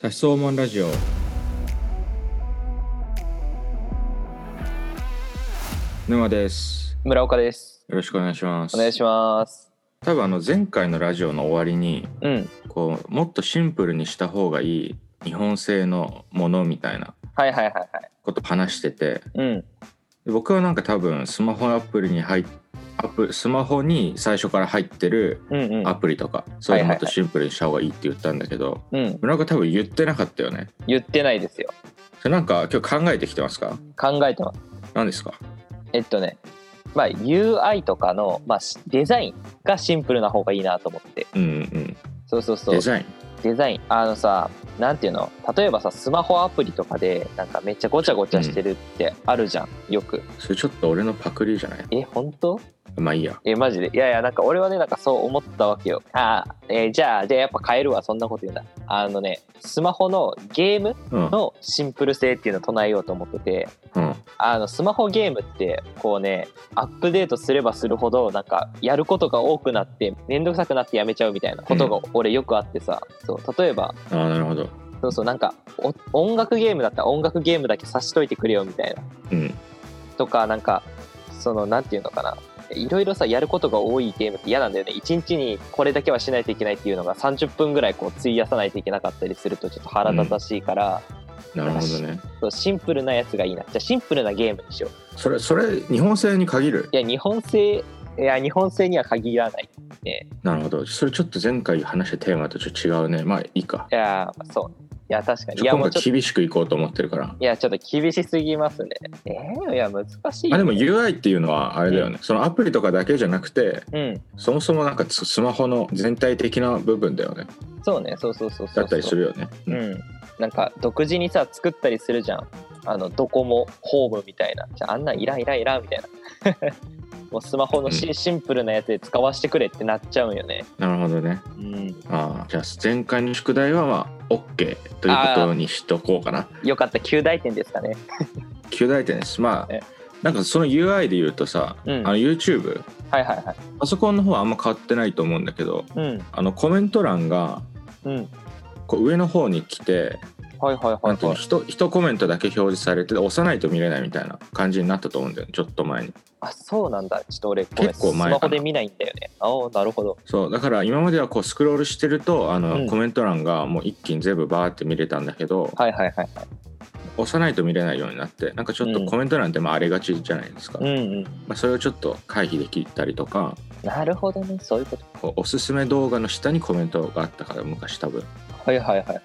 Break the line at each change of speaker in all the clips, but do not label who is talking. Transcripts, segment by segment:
多子相ンラジオ沼です
村岡です。
よろしくお願いします
お願いします。
多分あの前回のラジオの終わりに
うん。
こうもっとシンプルにした方がいい日本製のものみたいな
はいはいはいはい。
こと話してて
うん。
で僕はなんか多分スマホアプリに入っアプスマホに最初から入ってる
うんうん。
アプリとか、そういうのもっと
はいはい
シ
はい
ンプルにした方がいいって言ったんだけど、
うん。
村岡多分言ってなかったよね
言ってないですよ。
それなんか今日考えてきてますか
考えてます。
何ですか
えっとね、まあ UI とかの、まあ、しデザインがシンプルな方がいいなと思って。
うんうん
そうそうそう。
デザイン
デザイン。あのさ、なんていうの例えばさ、スマホアプリとかで、なんかめっちゃごちゃごちゃしてるってあるじゃん。よく。
それちょっと俺のパクリじゃない
え、本当
まあいいや
え、マジで。いやいや、なんか俺はね、なんかそう思ったわけよ。ああ、えーじゃあ、じゃあやっぱ変えるわ。そんなこと言うんだ。あのね、スマホのゲーム
うん
のシンプル性っていうのを唱えようと思ってて
うん
あのスマホゲームってこうねアップデートすればするほどなんかやることが多くなって面倒くさくなってやめちゃうみたいなことが俺よくあってさ、そう例えば
ああなるほど
そうそうなんかお音楽ゲームだったら音楽ゲームだけさしといてくれよみたいな
うん
とかなんかそのなんていうのかないろいろさやることが多いゲームって嫌なんだよね1日にこれだけはしないといけないっていうのが30分ぐらいこう費やさないといけなかったりするとちょっと腹立たしいから、
なるほどね
そうシンプルなやつがいいなじゃあシンプルなゲームにしよう
それそれ日本製に限る
いや日本製いや日本製には限らないね
なるほどそれちょっと前回話したテーマとちょっと違うねまあいいか
いやそういや確かに
ち
い
ょ
や
今
もう
回
ちょっと
厳しくいこうと思ってるから
いやちょっと厳しすぎますねえー、いや難しい
あでも UI っていうのはあれだよね、そのアプリとかだけじゃなくて
うん
そもそもなんかススマホの全体的な部分だよね
そうねそうそうそうそう
だったりするよね
う
うん
んなんか独自にさ作ったりするじゃんあのドコモホームみたいなじゃああんなんいらんいらんいらんみたいな もうスマホのシ,、シンプルなやつで使わせてくれってなっちゃうんよね
なるほどね
うん
ああじゃあ前回の宿題はまあ OK ということにしとこうかな
よかった9大点ですかね
9大点ですまあ
え
なんかその UI で言うとさ、
うん
あの YouTube
はいはいはい
パソコンの方はあんま変わってないと思うんだけど
うん
あのコメント欄が
うん
こう上の方に来て
はいはいは
ないんていう
は
の
い
一一コメントだけ表示されて押さないと見れないみたいな感じになったと思うんだよねちょっと前に
あそうなんだちょっと俺ごめん
結構前か
ス
な
マホで見ないんだよねああなるほど
そうだから今まではこうスクロールしてるとあの、
うん
コメント欄がもう一気に全部バーって見れたんだけど
はいはいはいはい
押さないと見れないようになってなんかちょっと
うん
コメント欄ってまあ荒れがちじゃないですか、
うんうん
まあ、それをちょっと回避できたりとか
なるほどねそういうこと
こうおすすめ動画の下にコメントがあったから昔多分
はいはいはい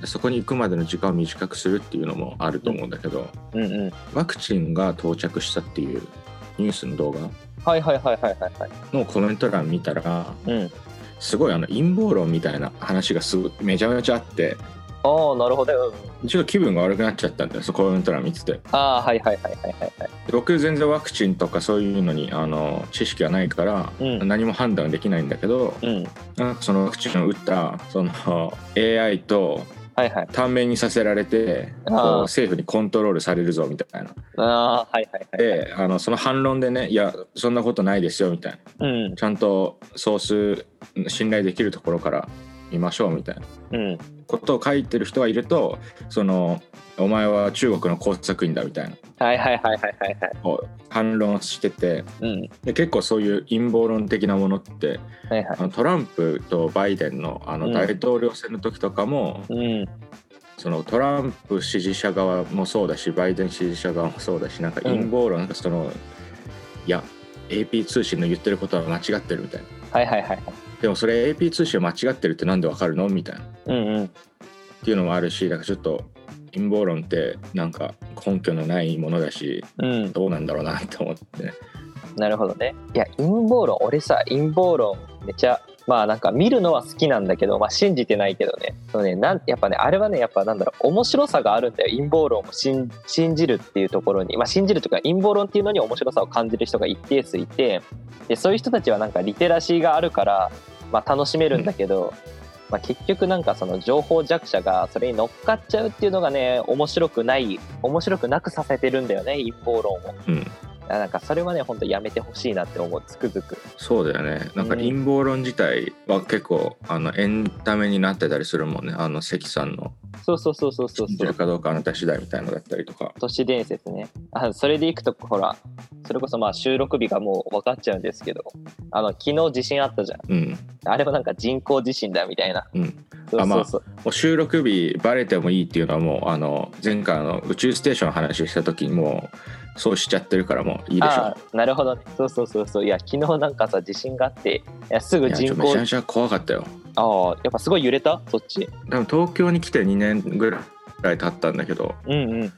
でそこに行くまでの時間を短くするっていうのもあると思うんだけど、
うんうん
ワクチンが到着したっていうニュースの動画
はいはいはいはいはいはい
のコメント欄見たら
うん
すごいあの陰謀論みたいな話がすごいめちゃめちゃあって
ああなるほど、うん、
ちょっと気分が悪くなっちゃったんだよそのコメント欄見ててで
ああはいはいはいはいはいはい
僕全然ワクチンとかそういうのにあの知識がないから、
うん
何も判断できないんだけど
うん
なんかそのワクチンを打ったその AI と
はいはい
短命にさせられてこう
あー
政府にコントロールされるぞみたいな
ああはいはいはいはい
であのその反論でねいやそんなことないですよみたいな
うん
ちゃんとソース信頼できるところから見ましょうみたいな
うん
ことを書いてる人がいるとそのお前は中国の工作員だみたいな
はいはいはいはいはいはい
こう反論をしてて
うん
で結構そういう陰謀論的なものって
はいはい
あのトランプとバイデンのあ
う
の
ん
大統領選の時とかも、
うん
そのトランプ支持者側もそうだしバイデン支持者側もそうだしなんか陰謀論、なんかそのいや AP 通信の言ってることは間違ってるみたいな
はいはいはいはい
でもそれ AP 通信は間違ってるってなんでわかるのみたいなっ
うんうん
ていうのもあるしなんかちょっと陰謀論ってなんか根拠のないものだし
うん
どうなんだろうなって思って、ね、
なるほどねいや陰謀論俺さ陰謀論めちゃまあなんか見るのは好きなんだけど、まあ、信じてないけどねそうねなんやっぱねあれはねやっぱなんだろう面白さがあるんだよ陰謀論を信信じるっていうところに、まあ、信じるというか陰謀論っていうのに面白さを感じる人が一定数いてでそういう人たちはなんかリテラシーがあるから、まあ、楽しめるんだけど、まあ、結局なんかその情報弱者がそれに乗っかっちゃうっていうのがね面白くない面白くなくさせてるんだよね陰謀論を。
うん
あなんかそれはね本当やめてほしいなって思うつくづく
そうだよねなんか
うん
陰謀論自体は結構あのエンタメになってたりするもんねあの関さんの
そうそうそうそうそう
信じ
そ
る
う
かどうかあなた次第みたいのだったりとか
都市伝説ねあそれでいくとほらそれこそまあ収録日がもう分かっちゃうんですけどあの昨日地震あったじゃん
うん
あれはなんか人工地震だみたいな
うん
そう
あま
そう
あ
そう、
もう収録日バレてもいいっていうのはもうあの前回の宇宙ステーションの話した時にもうそうしちゃってるからもういいでしょ
ああなるほどねそうそうそうそういや昨日なんかさ地震があっていやす
う
ぐ
いやち
人
ょめ
工
ちゃめちゃ怖かったよ
ああやっぱすごい揺れたそっち
多分東京に来て2年ぐらい経ったんだけど
うんうん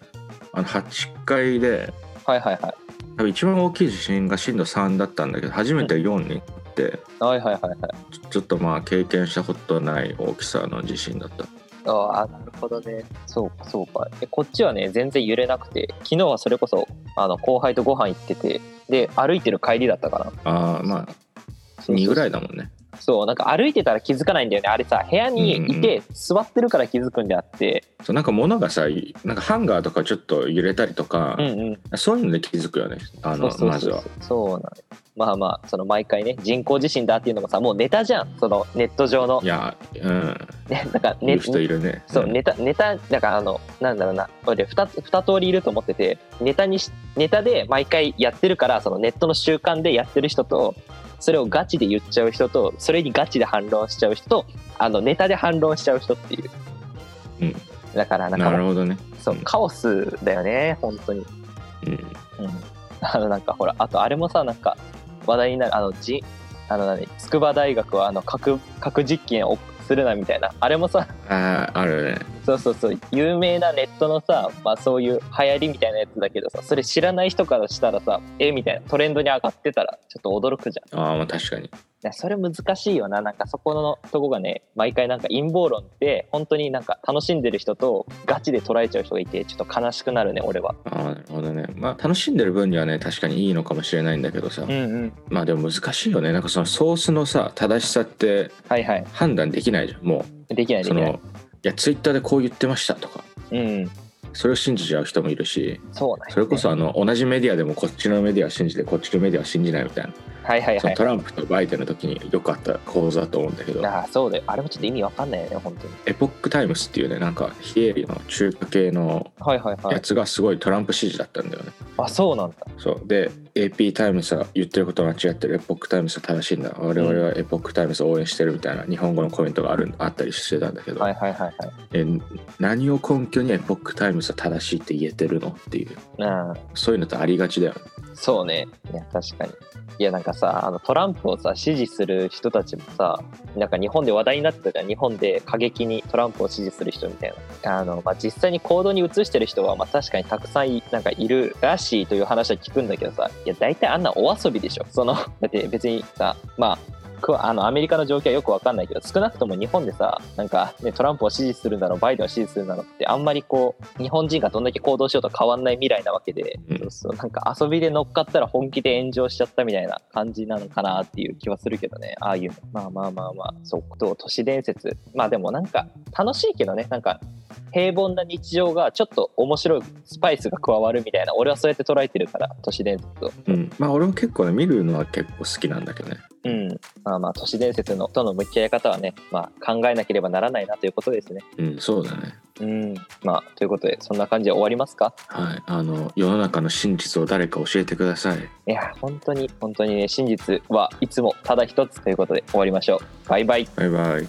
あの8階で
はいはいはい
多分一番大きい地震が震度3だったんだけど初めて4になって
はいはいはいはい
ちょちょっとまあ経験したことない大きさの地震だった
ああなるほどねそうかそうかでこっちはね全然揺れなくて昨日はそれこそあの後輩とご飯行っててで歩いてる帰りだったかな
あーまあ2ぐらいだもんね
そうなんか歩いてたら気づかないんだよねあれさ部屋にいて座ってるから気づくんであって
そうなんか物がさなんかハンガーとかちょっと揺れたりとか、
うんうん
そういうので気づくよねあの
そう
まず
そう
は
そうそうなのまあまあその毎回ね人工地震だっていうのもさもうネタじゃんそのネット上の
いやうん
ね なんか
い
ネ
う人いるね
そう、
ん
ネタ、ネタ、だからあの、なんだろうな、俺二つ、二通りいると思ってて、ネタにし、ネタで毎回やってるから、そのネットの習慣でやってる人と、それをガチで言っちゃう人と、それにガチで反論しちゃう人と、あの、ネタで反論しちゃう人っていう。
うん
だから、なん
なる
か、
ほどね
そう、カオスだよね、本当に。
うん
うん。 あの、なんかほら、あとあれもさ、なんか、話題になる、あの、じ、あの何、筑波大学は、あの、核、核実験をするな、みたいな。あれもさ、
あーあるね
そうそうそう有名なネットのさ、まあ、そういう流行りみたいなやつだけどさそれ知らない人からしたらさえみたいなトレンドに上がってたらちょっと驚くじゃんい
あーまあ確かに
やそれ難しいよななんかそこのとこがね毎回なんか陰謀論って本当になんか楽しんでる人とガチで捉えちゃう人がいてちょっと悲しくなるね俺は
あーなるほどねまあ楽しんでる分にはね確かにいいのかもしれないんだけどさ、
んうん
まあでも難しいよねなんかそのソースのさ正しさって
はいはい
判断できないじゃんも
できな
う
いで
そ
きな
の
い
いやツイッターでこう言ってましたとか
うん
それを信じちゃう人もいるし
そうなんよね
それこそあの同じメディアでもこっちのメディアを信じてこっちのメディアは信じないみたいな
はいはい
そ
は
の
い
トランプとバイデンの時によくあった構図だと思うんだけど
ああそうだよあれもちょっと意味わかんないよね本当に
エポック・タイムスっていうねなんか非営利の中華系の
はいはいは
や
い
つがすごいトランプ支持だったんだよね。
あそうなんだ
そうで AP タイムスは言ってることは間違ってるエポックタイムスは正しいんだ我々はエポックタイムスを応援してるみたいな日本語のコメントがあるあったりしてたんだけど、
はいはいはいはい
え何を根拠にエポックタイムスは正しいって言えてるのっていう
うん
そういうのってありがちだよね
そうね。いや、確かに。いや、なんかさ、あのトランプをさ、支持する人たちもさ、なんか日本で話題になってたじゃん。日本で過激にトランプを支持する人みたいな。あの、まあ、実際に行動に移してる人は、まあ、確かにたくさんい、なんかいるらしいという話は聞くんだけどさ、いや、大体あんなお遊びでしょ。その、 だって別にさ、まあ、くあのアメリカの状況はよくわかんないけど少なくとも日本でさなんか、ね、トランプを支持するなのバイデンを支持するなのってあんまりこう日本人がどんだけ行動しようと変わんない未来なわけで、
うん
そうそうなんか遊びで乗っかったら本気で炎上しちゃったみたいな感じなのかなっていう気はするけどねああいうのまあまあまあまあそうどう都市伝説まあでもなんか楽しいけどねなんか平凡な日常がちょっと面白いスパイスが加わるみたいな俺はそうやって捉えてるから都市伝説を。
うんまあ俺も結構ね見るのは結構好きなんだけどね
うん、まあまあ都市伝説のとの向き合い方はね、まあ、考えなければならないなということですね。
うんそうだね
うん、まあということでそんな感じで終わりますか
はいあの世の中の真実を誰か教えてください
いや本当に本当にね真実はいつもただ一つということで終わりましょう。バイバイ
バイバイ